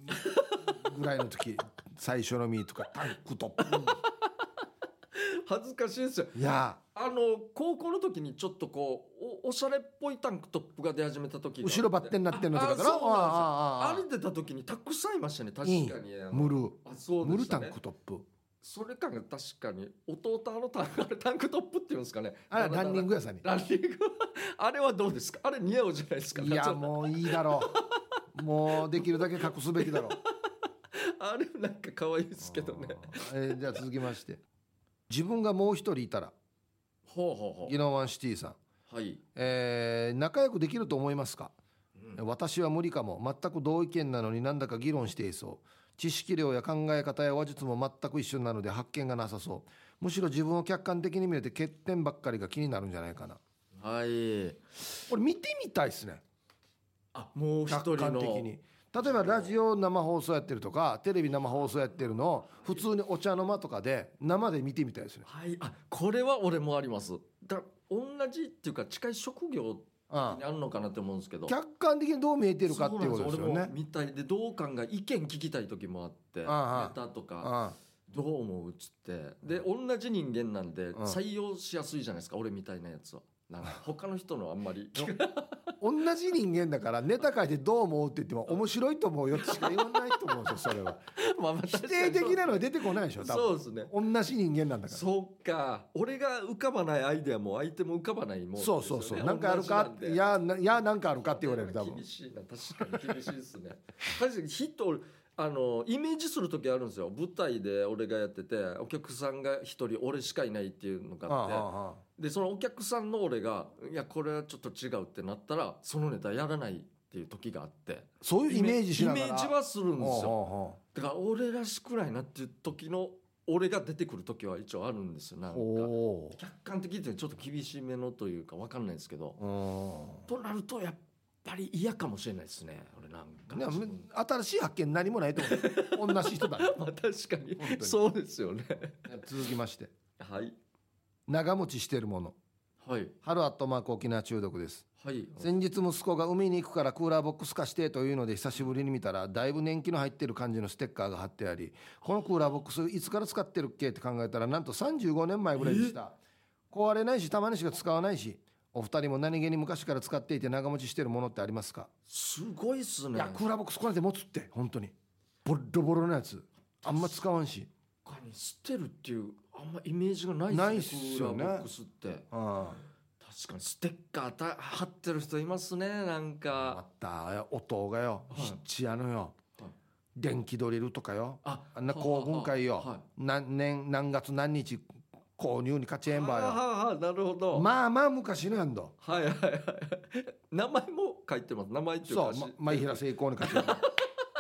B: ぐらいの時 最初のミーとかタンクトッ
A: 恥ずかしいですよ
B: プいや
A: あの高校の時にちょっとこうおおしゃれっぽいタンクトップが出始めた時があって
B: 後ろバッテンになってんのとかだろ
A: ああそうなんですよ
B: ああああああ
A: 歩いてた時にたくさんいましたね確かにあの
B: ムル
A: あそう
B: ム
A: で
B: ル
A: した
B: タン
A: ね
B: クトップ
A: それかが確かに弟あのタンあれタンクトップっていうんですかね
B: あれはランニン
A: グ
B: グ屋さんに
A: ランニング あれはどうですかあれ似合うじゃないですか
B: いやもういいだろ うもうできるだけ隠すべきだろう
A: あれなんか可愛いですけどね
B: あーえーじゃあ続きまして自分がもう一人いたら
A: ほうほうほ
B: ギノワンシティさん、
A: うはい、
B: えー仲良くできると思いますか
A: うん
B: 私は無理かも全く同意見なのになんだか議論していそう知識量や考え方や話術も全く一緒なので発見がなさそうむしろ自分を客観的に見れて欠点ばっかりが気になるんじゃないかな
A: はい。
B: これ見てみたいですね
A: あ、もう一人
B: 客観
A: の。
B: 的に例えばラジオ生放送やってるとかテレビ生放送やってるのを普通にお茶の間とかで生で見てみたいですね
A: はい、あ、これは俺もあります。だ、同じっていうか、近い職業に
B: あ
A: あるのかなって思うんですけど。
B: 客観的にどう見えてるかっていうことですよ
A: そうなん
B: ね
A: 俺も。見たいで、どう考え、意見聞きたい時もあって、ネ
B: ああ
A: タとか、
B: あ
A: どう思うっつって。で、同じ人間なんで、
B: うん
A: 採用しやすいじゃないですか、俺みたいなやつは。なんか他の人のあんま り
B: 同じ人間だからネタ書いてどう思うって言っても面白いと思うよってしか言わないと思うんですよそれは
A: まあまあ
B: 否
A: 確か
B: 定
A: に
B: 的なのは出てこないでしょ多
A: そうですね
B: 分同じ人間なんだから
A: そうか俺が浮かばないアイデアも相手も浮かばないもんですよ
B: そう
A: ね
B: そうそう、
A: 同じ
B: なんかあるか
A: んで
B: いやないやなんかあるかって言われる多分
A: 厳しいな確かに厳しいですね確かにヒット俺あのイメージする時あるんですよ舞台で俺がやっててお客さんが一人俺しかいないっていうのが
B: あ
A: あ
B: あ
A: って
B: あああ
A: でそのお客さんの俺が「いやこれはちょっと違う」ってなったらそのネタやらないっていう時があって
B: そういうイメージしながら
A: イメージはするんですよ
B: ほうほ
A: だから俺らしくないなっていう時の俺が出てくる時は一応あるんですよな
B: うんほ
A: か
B: うおー
A: 客観的ってちょっと厳しめのというか分かんないですけど
B: う
A: となるとやっぱり嫌かもしれないですね俺なんか
B: んで
A: 自
B: も
A: 分
B: 新しい発見何もないと思う同じ人だね
A: まあ 確かに
B: 本当に
A: そうですよね
B: 続きまして
A: はい
B: 長持ちしてるもの
A: はい
B: 春アットマーク沖縄中毒です
A: はい
B: 先日息子が海に行くからクーラーボックス貸してというので久しぶりに見たらだいぶ年季の入ってる感じのステッカーが貼ってありこのクーラーボックスいつから使ってるっけって考えたらなんと35年前ぐらいでした壊れないしたまにしか使わないしお二人も何気に昔から使っていて長持ちしてるものってありますか、
A: すごいっす
B: い
A: ね
B: やクーラーボックスこれで持つって本当にボロボロのやつあんま使わんし
A: 他に捨てるっていうあんまイメージがない
B: ないっ
A: です
B: す
A: ね
B: よね
A: クーラーボックスって
B: あ
A: 確かにステッカーた貼ってる人いますねなん
B: あ
A: か
B: った音がよ
A: はい
B: ひっちやのよ、
A: はい
B: 電気ドリルとかよ
A: あ
B: あんな高文会よ、
A: は
B: 何年何月何日購入に勝ち
A: い
B: えん
A: は
B: ば
A: い
B: よ
A: はいはいなるほど
B: まあまあ昔のやんど
A: はいはいはい名前も書いてます名前っていう
B: そう
A: か
B: ま前平成功に勝ちえんば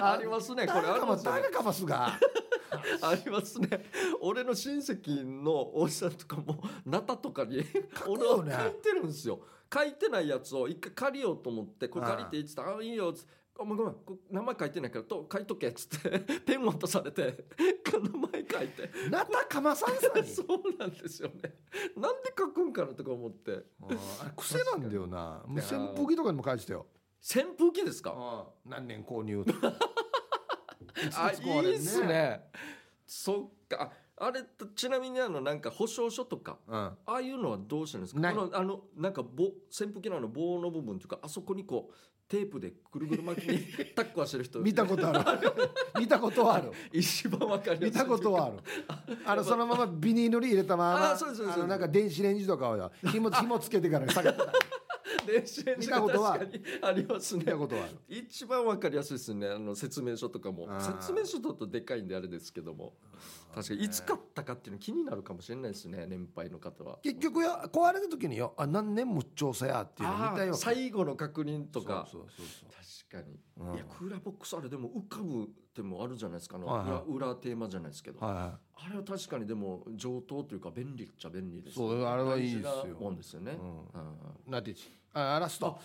A: ありますねこれあ
B: 誰
A: り
B: かも
A: ますね
B: 誰かますが
A: ありますね俺の親戚のおじさんとかもナタとかに
B: く
A: 俺は
B: よ
A: 書
B: ね
A: いてるんですよ書いてないやつを一回借りようと思ってこれ借りていいっつって「ああいいよ」っつって「ごめんごめんこ名前書いてないからと書いとけ」っつって ペン渡されて 名前書いて
B: なたかまさんさに
A: そうなんですよねなんで書くんかなとか思って
B: うんあれ癖なんだよなもう
A: 確か
B: 扇
A: に
B: 風機とかにも返してたよ
A: 扇風機ですか
B: うん何年購 入とかいつ
A: あ
B: い
A: い
B: つ壊れん
A: いっすねそっかあれとちなみにあのなんか保証書とか
B: うん
A: ああいうのはどうしてるんですか
B: ない
A: このあのなんか棒扇風機のあの棒の部分というかあそこにこうテープでぐるぐる巻きに タックはしてる人
B: 見たことあ る見たことはある
A: 一番わかりやすい
B: 見たことはあるあのそのままビニールに入れたまま
A: あそうですそうです
B: あのなんか電子レンジとかをよ 紐紐つけてから下げてた
A: 電子レンジが
B: 見たことは
A: 確かにあります
B: 見
A: ね
B: たことはある
A: 一番わかりやすいですねあの説明書とかも
B: あー
A: 説明書だとでかいんであれですけども確かにいつ買ったかっていうの気になるかもしれないですね年配の方は
B: 結局よ壊れた時によあ何年も調査やっていうの
A: あ
B: 見た
A: ー
B: よ
A: 最後の確認とか
B: そうそうそう
A: 確かに
B: そう、うん
A: いやクーラーボックスあれでも浮かぶってもあるじゃないですかあの、
B: はいはい
A: 裏裏テーマじゃないですけど、
B: はいは
A: あれは確かにでも上等というか便利っちゃ便利です、
B: そうあれはいいですよ
A: 大事なもんですよね、
B: う
A: うん
B: いナティチあラスト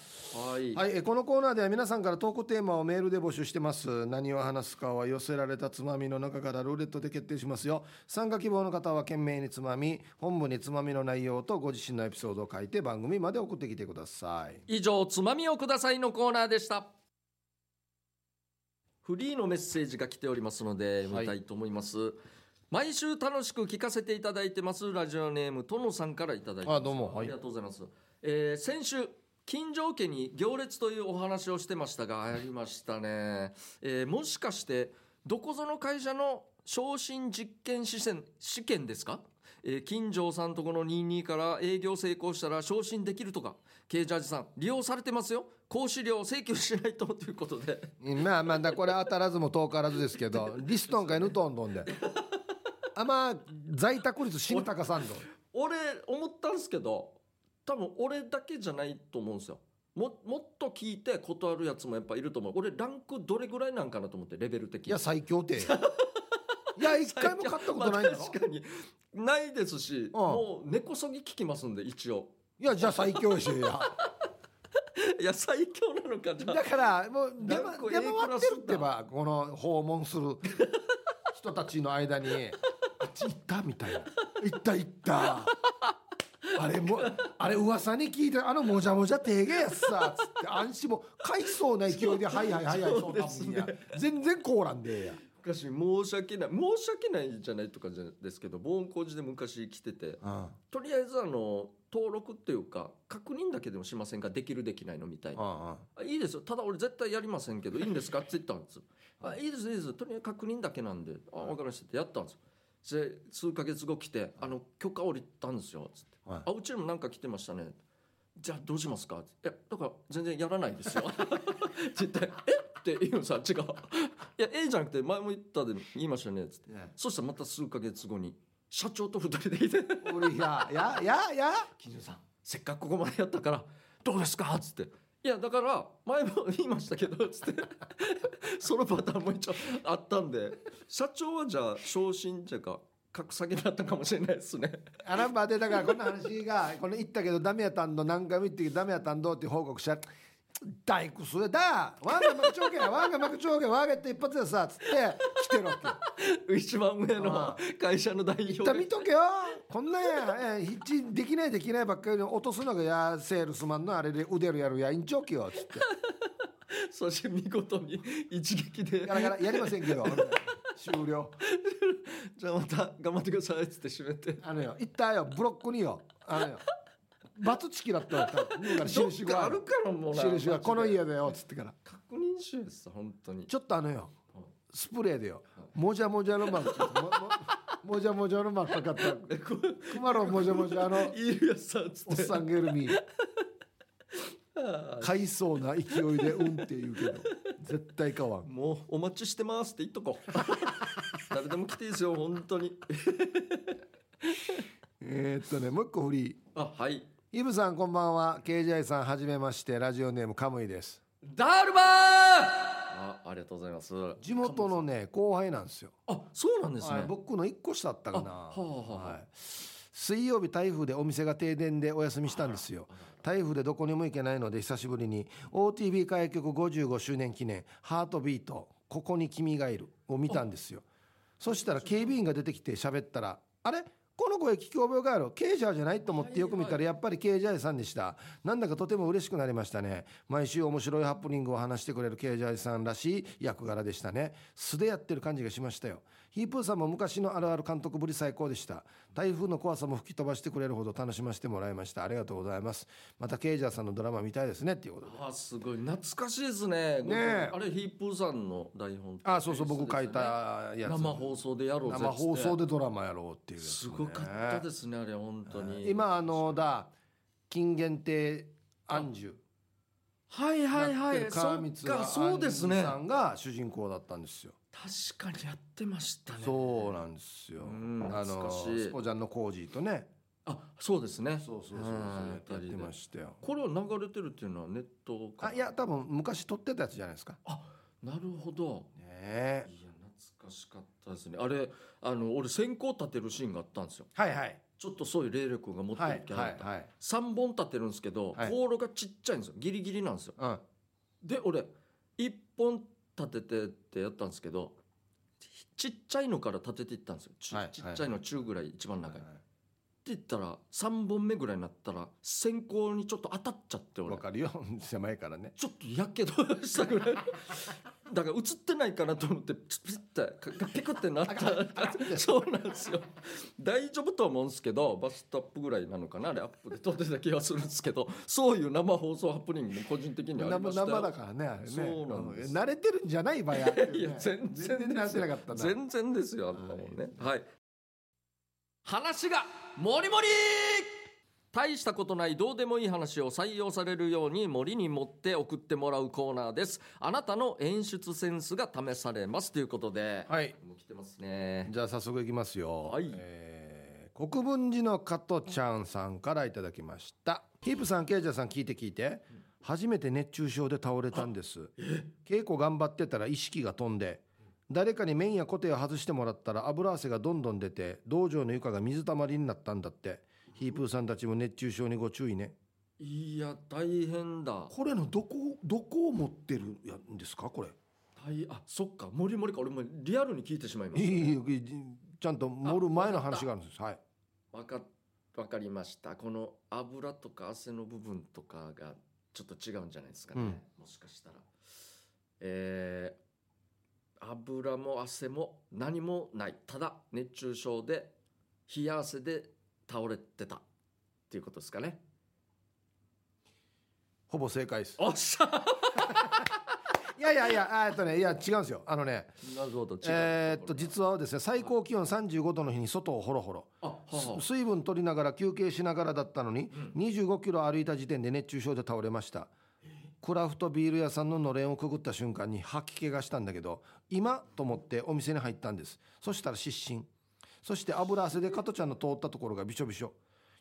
A: はい、
B: はい、えーこのコーナーでは皆さんから投稿テーマをメールで募集してます何を話すかは寄せられたつまみの中からルーレットで決定しますよ参加希望の方は懸命につまみ本部につまみの内容とご自身のエピソードを書いて番組まで送ってきてください
A: 以上「つまみをください」のコーナーでしたフリーのメッセージが来ておりますので
B: はい
A: 見たいと思います、毎週楽しく聞かせていただいてますラジオネームとのさんからいただいてます
B: あどうもはい
A: ありがとうございます、えー先週金城家に行列というお話をしてましたがありましたね、えーもしかしてどこぞの会社の昇進実験試験試験ですか、えー金城さんとこの22から営業成功したら昇進できるとか K ジャージさん利用されてますよ講師料請求しないとということで
B: まあまあだこれ当たらずも遠からずですけどリストンかいぬとんどんであまあ在宅率新高さんどん
A: 俺思ったんですけど多分俺だけじゃないと思うんですよももっと聞いて断るやつもやっぱいると思う俺ランクどれぐらいなんかなと思ってレベル的に
B: いや最強艇いや一回も勝ったことないんだろ
A: まあ 確かにないですし、もう根こそぎ聞きますんで一応
B: いやじゃあ最強やしいや
A: いや最強なのかじゃ
B: だからもう出
A: なんか
B: 回出回ってるって
A: ええクラ
B: ばこの訪問する人たちの間にあっち行ったみたいな行った行ったあれもあれ噂に聞いてあのもじゃもじゃ手芸やっさつって安心も買いそうな勢いで「はいはいはいはい
A: そ
B: そうう
A: で
B: だ
A: す
B: も
A: ね
B: んや全然こうなんでええや
A: あ昔申し訳ない申し訳ないじゃないとかじゃですけど盆工事で昔来てて
B: うん
A: とりあえずあの登録っていうか確認だけでもしませんかできるできないのみたいな
B: うんうん
A: あいいですよただ俺絶対やりませんけどいいんですかって言ったんですよあいいですいいですとにかく確認だけなんであ分かりましたってやったんですよで数ヶ月後来て「あの許可降りたんですよ」つって「
B: はい
A: あうちにもなんか来てましたね」じゃあどうしますか?」って「いやだから全然やらないですよ」って言って「えっ?」て言うのさ違う「いやええじゃなくて前も言ったで言いましたね」つって
B: ね
A: そしたらまた数ヶ月後に社長と二人でいて
B: 俺やややや
A: 金城さんせっかくここまでやったからどうですか?」っつって「いやだから前も言いましたけど」っつ ってそのパターンも一応あったんで社長はじゃあ昇進じゃか格下げだったかもしれないですね
B: あらばでだからこんな話がこの言ったけどダメやったんど何回も言ってけどダメやったんどっていう報告したら大工それだワンが幕長家ワンが幕長家ワンがって一発でさつって来てるわけ
A: 一番上の
B: あ
A: 会社の代表
B: 痛
A: が
B: みとけよこんなんやえひっちできないできないばっかりで落とすのがやセールスマンのあれで腕るやるや院長期よつって
A: そして見事に一撃で
B: ガラガラやりませんけど終了
A: 「じゃあまた頑張ってください」っつって締めて
B: あのよ行ったよブロックによあのよバツチキだったわだから
A: どっ
B: 印
A: か
B: が
A: あるからもうな
B: 印がこの
A: マジで
B: 家だよつってから
A: 確認しようです本当に
B: ちょっとあのよ
A: うん、
B: スプレーでよ、もじゃもじゃのマーク、もももじゃもじゃのマークか かった。
A: えこ
B: クマロンもじゃもじゃの
A: ういるやつさっつ
B: おっ
A: って
B: さんゲルミ、
A: あー
B: 買いそうな勢いでうんって言うけど、絶対買わん。
A: もうお待ちしてますって言っとこ う誰でも来ていいですよ本当に
B: えー、っとね、もう一個フリー。
A: あはい
B: イブさんこんばんは、KJ さんはじめまして、ラジオネームカムイです。
A: ダルバーあありがとうございます
B: 地元のね、後輩なんですよ。
A: あそうなんです
B: は
A: ね
B: い、僕の一個下だったかな、
A: あはあはあはあ
B: い水曜日台風でお店が停電でお休みしたんですよ台風でどこにも行けないので久しぶりに OTB 開局55周年記念「ハートビートここに君がいる」を見たんですよそしたら警備員が出てきて喋ったら「あれこの声聞き覚えがあるケージャーじゃない?」と思ってよく見たらやっぱりケージャーさんでしたなんだかとても嬉しくなりましたね毎週面白いハプニングを話してくれるケージャーさんらしい役柄でしたね素でやってる感じがしましたよヒープーさんも昔のあるある監督ぶり最高でした台風の怖さも吹き飛ばしてくれるほど楽しませてもらいましたありがとうございますまたケージャーさんのドラマ見たいですねっていうことで
A: あすごい懐かしいですね
B: ねえ
A: あれヒップーさんの台本
B: あそうそう僕
A: で
B: 書い
A: すね
B: たやつ
A: 生放送でやろうぜっつって
B: 生放送でドラマやろうっていうやつね
A: すごかったですねあれ本当に
B: 今あのだ金限定安住
A: はいはいはいそ
B: 川
A: っ
B: 光
A: かそうですね
B: さんが主人公だったんですよ
A: 確かにやってましたね
B: そうなんですよ
A: うん
B: あ
A: 懐
B: の
A: かしい
B: スポジャンのコージーとね
A: あそうですね
B: そうそうそう
A: うん
B: そうやってましたよ
A: これは流れてるっていうのはネットか
B: あいや多分昔撮ってたやつじゃないですか
A: なるほど
B: ねえ
A: いや懐かしかったですねあれあの俺線香立てるシーンがあったんですよ
B: はいはい
A: ちょっとそういう霊力が持って
B: は
A: る
B: い
A: キャラだ
B: は
A: っ
B: い
A: た、
B: はい
A: 3本立てるんですけど、
B: はい
A: コールがちっちゃいんですよギリギリなんですよ
B: うん
A: で俺1本立ててってやったんですけどちっちゃいのから立てていったんですよち,、
B: はい
A: ちっちゃいの中ぐらい一番長い、
B: はい
A: って言ったら3本目ぐらいになったら線香にちょっと当たっちゃって俺
B: わかるよ 狭いからね
A: ちょっとやけどしたぐらいだから映ってないかなと思ってピッてピクってなったそうなんですよ大丈夫とは思うんですけどバストアップぐらいなのかなあれアップで撮ってた気がするんですけどそういう生放送ハプニングも個人的にはありま
B: 生
A: した
B: 生だ
A: よ
B: からねあれね
A: そうなんです
B: うん慣れてるんじゃない場合あるよね
A: いや全然
B: 全然慣れてなかったな
A: 全然ですよあんなもんねはい話がもりもり大したことないどうでもいい話を採用されるように森に持って送ってもらうコーナーですあなたの演出センスが試されますということで、
B: はい
A: もう来てますね
B: じゃあ早速いきますよ。
A: はい
B: えー国分寺の加トちゃんさんからいただきました。ヒープさん、ケイジャーさん聞いて聞いて。初めて熱中症で倒れたんです。稽古頑張ってたら意識が飛んで、誰かに面やコテを外してもらったら油汗がどんどん出て、道場の床が水たまりになったんだって。ヒープーさんたちも熱中症にご注意ね。
A: いや大変だ
B: これのどこ、どこを持ってるやんですかこれ。
A: 大あそっかもりもりか俺もリアルに聞いてしまいま
B: い
A: し
B: い
A: た
B: いいいいちゃんと盛る前の話があるんです。はい。
A: わかわかりましたこの油とか汗の部分とかがちょっと違うんじゃないですかね、
B: うん
A: もしかしたらえ油も汗も何もないただ熱中症で冷や汗で倒れてたっていうことですかね
B: ほぼ正解です
A: おっしゃ
B: いやいやいやあえっとねいや違うんですよあのね
A: なるほど違う
B: えーっと実はですね最高気温35度の日に外をホロホロ
A: あはは
B: す水分取りながら休憩しながらだったのに、25キロ歩いた時点で熱中症で倒れましたクラフトビール屋さんののれんをくぐった瞬間に吐き気がしたんだけど今と思ってお店に入ったんですそしたら失神そして油汗で加トちゃんの通ったところがびしょびしょ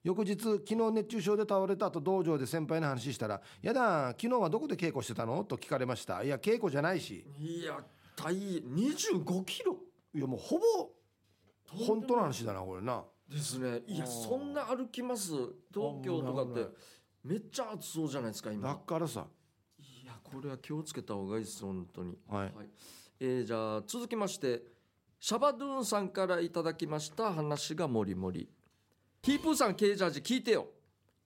B: 翌日昨日熱中症で倒れた後道場で先輩の話したら「やだ昨日はどこで稽古してたの?」と聞かれました「いや稽古じゃないし
A: いや大25キロ
B: いやもうほぼ本当の話だなこれな
A: ですねいや
B: あー
A: そんな歩きます東京とかってめっちゃ暑そうじゃないですか
B: だ
A: 今
B: からさ
A: いやこれは気をつけた方がいいです本当に
B: はい
A: えーじゃあ続きましてシャバドゥーンさんからいただきました話がもりもりヒープーさんケージャージ聞いてよ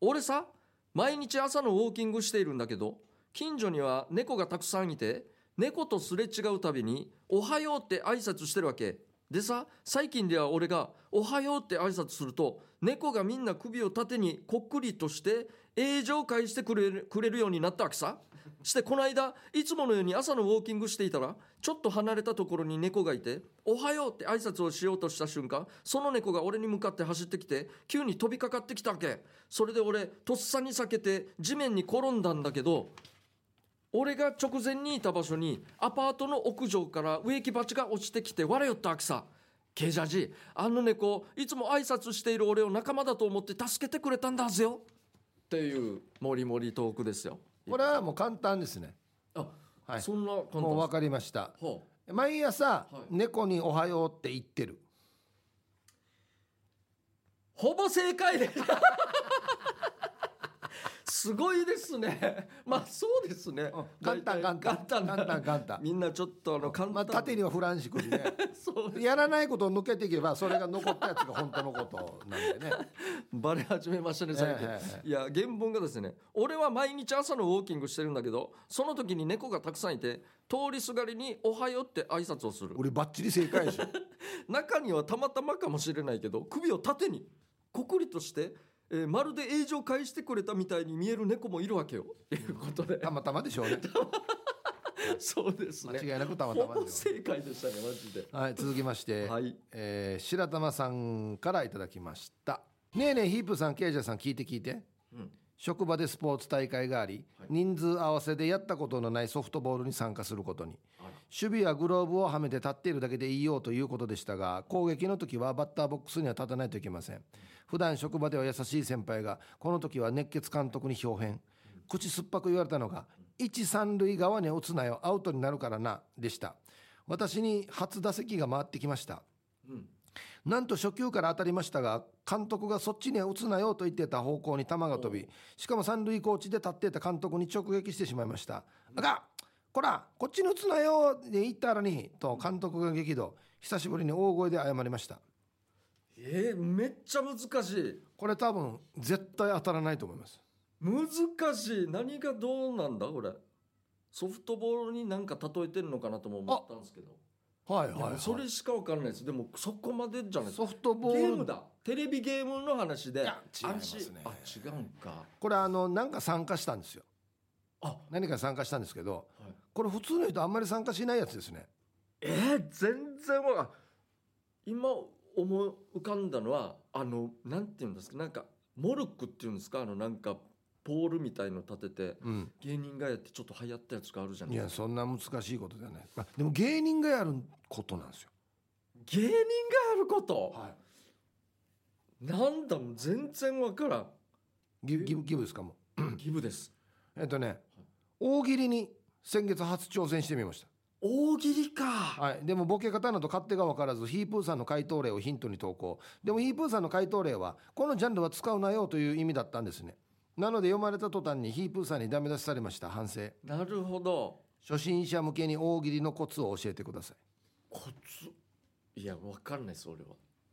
A: 俺さ毎日朝のウォーキングしているんだけど近所には猫がたくさんいて猫とすれ違うたびに「おはよう」って挨拶してるわけでさ最近では俺が「おはよう」って挨拶すると猫がみんな首を縦にこっくりとして栄上返してくれるくれるようになったわけさしてこの間いつものように朝のウォーキングしていたらちょっと離れたところに猫がいて「おはよう」って挨拶をしようとした瞬間その猫が俺に向かって走ってきて急に飛びかかってきたわけそれで俺とっさに避けて地面に転んだんだけど俺が直前にいた場所にアパートの屋上から植木鉢が落ちてきて笑よったわけさケージャージあの猫いつも挨拶している俺を仲間だと思って助けてくれたんだぜよっていうモリモリトークですよ
B: これはもう簡単ですね
A: あ、
B: はい
A: そんな簡単
B: もう分かりました
A: ほ
B: 毎朝、
A: い
B: 猫に「おはよう」って言ってる
A: うほぼ正解です すごいですねまあそうですね
B: 簡単簡
A: 大体
B: 単
A: 簡単
B: 簡単簡単
A: みんなちょっとあの簡単、
B: まあ、縦にはフランシックにね
A: そう
B: やらないことを抜けていけばそれが残ったやつが本当のことなんでね
A: バレ始めましたね最近、
B: えええ
A: いや原文がですね俺は毎日朝のウォーキングしてるんだけどその時に猫がたくさんいて通りすがりに「おはよう」って挨拶をする
B: 俺バッチリ正解でしょ
A: 中にはたまたまかもしれないけど首を縦にこくりとして、えーまるで栄を返してくれたみたいに見える猫もいるわけよっていうことで
B: たまたまでしょうね
A: そうです
B: 間
A: ね
B: 違いなくたまた
A: ほ
B: ま
A: ぼ
B: ですよ
A: 正解でしたねマジで
B: はい続きまして、
A: はい
B: えー白玉さんからいただきましたねえねえヒープさんケイジャーさん聞いて聞いて
A: うん
B: 職場でスポーツ大会があり、
A: はい
B: 人数合わせでやったことのないソフトボールに参加することに
A: あら
B: 守備はグローブをはめて立っているだけでいいよということでしたが攻撃の時はバッターボックスには立たないといけません普段職場では優しい先輩がこの時は熱血監督に表変口酸っぱく言われたのが「一三塁側に打つなよアウトになるからな」でした私に初打席が回ってきました
A: うん
B: なんと初球から当たりましたが監督がそっちには打つなよと言ってた方向に球が飛びしかも三塁コーチで立っていた監督に直撃してしまいました「あかんこらこっちに打つなよ」で言ったらにと監督が激怒久しぶりに大声で謝りました
A: えー、めっちゃ難しい
B: これ多分絶対当たらないと思います
A: 難しい何がどうなんだこれソフトボールになんか例えてるのかなとも思ったんですけど
B: はい
A: いやそれしか分からないですでもそこまでじゃないです
B: ソフト
A: ゲ
B: ボ
A: ー
B: ー
A: ム
B: ル
A: だテレビゲームの話で
B: いや違いますね
A: 安心あ違うんか
B: これあのなんか参加したんですよ
A: あ
B: 何か参加したんですけど
A: はい
B: これ普通の人あんまり参加しないやつですね
A: えー、全然わかん今思い浮かんだのはあのなんていうんですかなんかモルックっていうんですかあのなんかポールみたいの立てて
B: うん
A: 芸人がやってちょっと流行ったやつがあるじゃない
B: い
A: で
B: や
A: すか
B: そんな難しいことじゃない、まあ、でも芸人がやることなんですよ、
A: 芸人がやること、なんだもう全然わからん
B: ギブギブギブですかも
A: ギブです
B: うえっとね大喜利に先月初挑戦してみまし
A: 大喜利か、
B: た、はい、でもボケ方など勝手が分からずヒープーさんの回答例をヒントに投稿でもヒープーさんの回答例はこのジャンルは使うなよという意味だったんですねなので読まれた途端にヒープーさんにダメ出しされました反省
A: なるほど
B: 初心者向けに大喜利のコツを教えてください
A: コツいやわかんないです俺は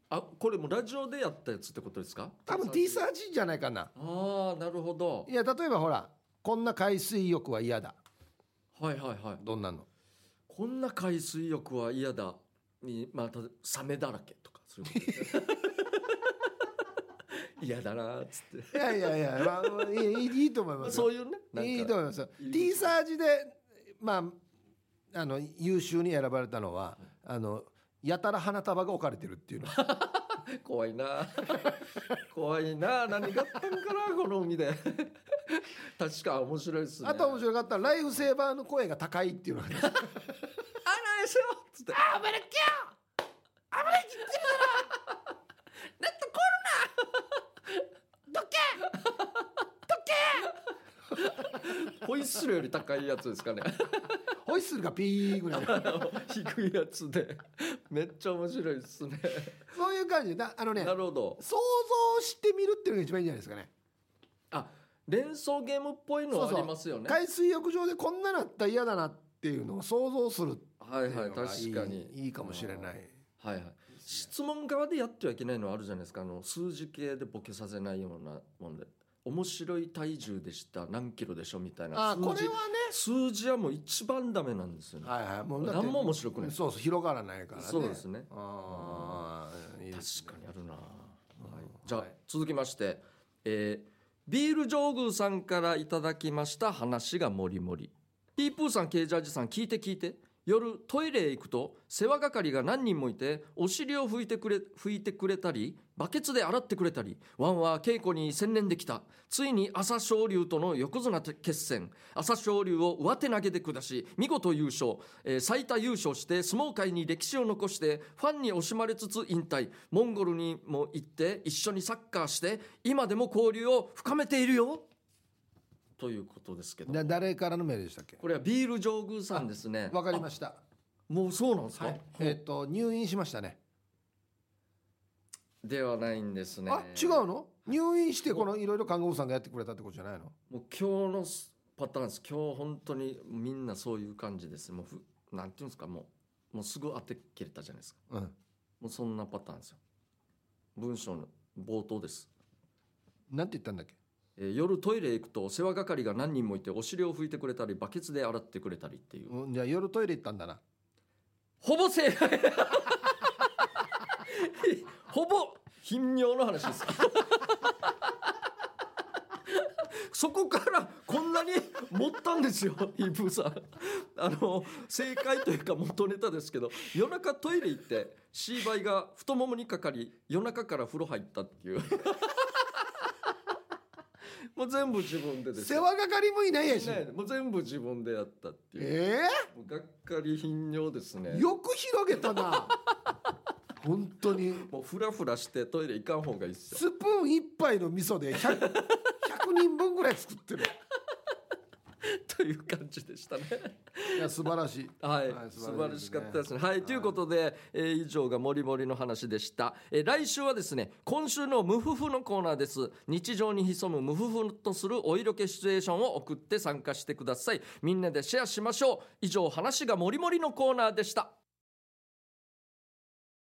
A: あこれもラジオでやったやつってことですか
B: 多分 T サージじゃないかな
A: ああなるほど
B: いや例えばほらこんな海水浴は嫌だ
A: はいはいはい
B: どんなの
A: ここんな海水浴は嫌だにまあたサメだらけとかそういうこと 嫌だなっつって
B: いやいやいや、まあ、いいいいいいと思います
A: そ
B: よ
A: ういうねなんか
B: いいと思いますよ
A: いい
B: T サージでまああの優秀に選ばれたのはあのやたら花束が置かれてるっていうの
A: 怖いな怖いな何があったんかなこの海で確か面白いですね
B: あと面白かったのはライフセーバーの声が高いっていうのがあります
A: あらですよっつってあ危ないっきゃ危ないっきゃだってコロナどけどけホイッスルより高いやつですかね
B: ホイッスルがピーぐらいの
A: 低いやつでめっちゃ面白いですね
B: そういう感じでなあのね
A: なるほど
B: 想像してみるっていうのが一番いいんじゃないですかね
A: あ連想ゲームっぽいのはありますよね
B: 海水浴場でこんなのあったら嫌だなっていうのを想像するって
A: はい
B: いうの
A: は
B: が
A: い
B: いい,、
A: 確かに
B: いいかもしれない
A: はいはい、質問側でやってはいけないのはあるじゃないですかあの数字系でボケさせないようなもんで面白い体重でした何キロでしょみたいな
B: あ
A: 数
B: こ
A: 字
B: れは
A: 数字はもう一番ダメなんですよね、
B: ねはいはいもうだって
A: 何も面白くない、
B: そうそう広がらないからね
A: そうですね
B: ああいいです
A: 確かにあるな、はい
B: うん、
A: じゃあ、
B: はい
A: 続きまして、えービール上宮さんからいただきました話がもりもりピープーさんケージャージさん聞いて聞いて夜トイレへ行くと世話係が何人もいてお尻を拭いてくれ拭いてくれたりバケツで洗ってくれたりワンは稽古に専念できたついに朝青龍との横綱決戦朝青龍を上手投げで下し見事優勝、えー最多優勝して相撲界に歴史を残してファンに惜しまれつつ引退モンゴルにも行って一緒にサッカーして今でも交流を深めているよということですけど
B: だ誰からのメールでしたっけ
A: これはビール上宮さんですね
B: わかりました
A: もうそうなんですか、
B: はいえっと入院しましたね
A: ではないんですね
B: あ違うの入院してこのいろいろ看護婦さんがやってくれたってことじゃないの
A: もう今日のスパターンです今日本当にみんなそういう感じですもうふなんていうんですかもうもうすぐ当て切れたじゃないですか
B: うん
A: もうそんなパターンですよ文章の冒頭です
B: なんて言ったんだっけ
A: えー夜トイレへ行くと世話係が何人もいてお尻を拭いてくれたりバケツで洗ってくれたりっていう、
B: うんじゃあ夜トイレ行ったんだな
A: ほぼ正解 ほぼ頻尿の話ですそこからこんなに持ったんですよイープーさんあの正解というか元ネタですけど夜中トイレ行ってシーバイが太ももにかかり夜中から風呂入ったっていうもう全部自分でです
B: 世
A: よ
B: 話係もいないやし
A: ねもう全部自分でやったっていう、
B: え
A: もうがっかり頻尿です
B: え
A: ね
B: よく広げ たな本当に
A: もうフラフラしてトイレ行かん方がいいっすよ
B: スプーン一杯の味噌で 100, 100人分ぐらい作ってる
A: という感じでしたね。
B: いや素晴らしい
A: はい、
B: はい
A: 素晴らしかったですね。
B: 素晴ら
A: は
B: しい
A: い、
B: ですね
A: ということで、えー以上がもりもりの話でした。えー来週はですね、今週の無夫婦のコーナーです。日常に潜む無夫婦とするお色気シチュエーションを送って参加してください。みんなでシェアしましょう。以上、話がもりもりのコーナーでした。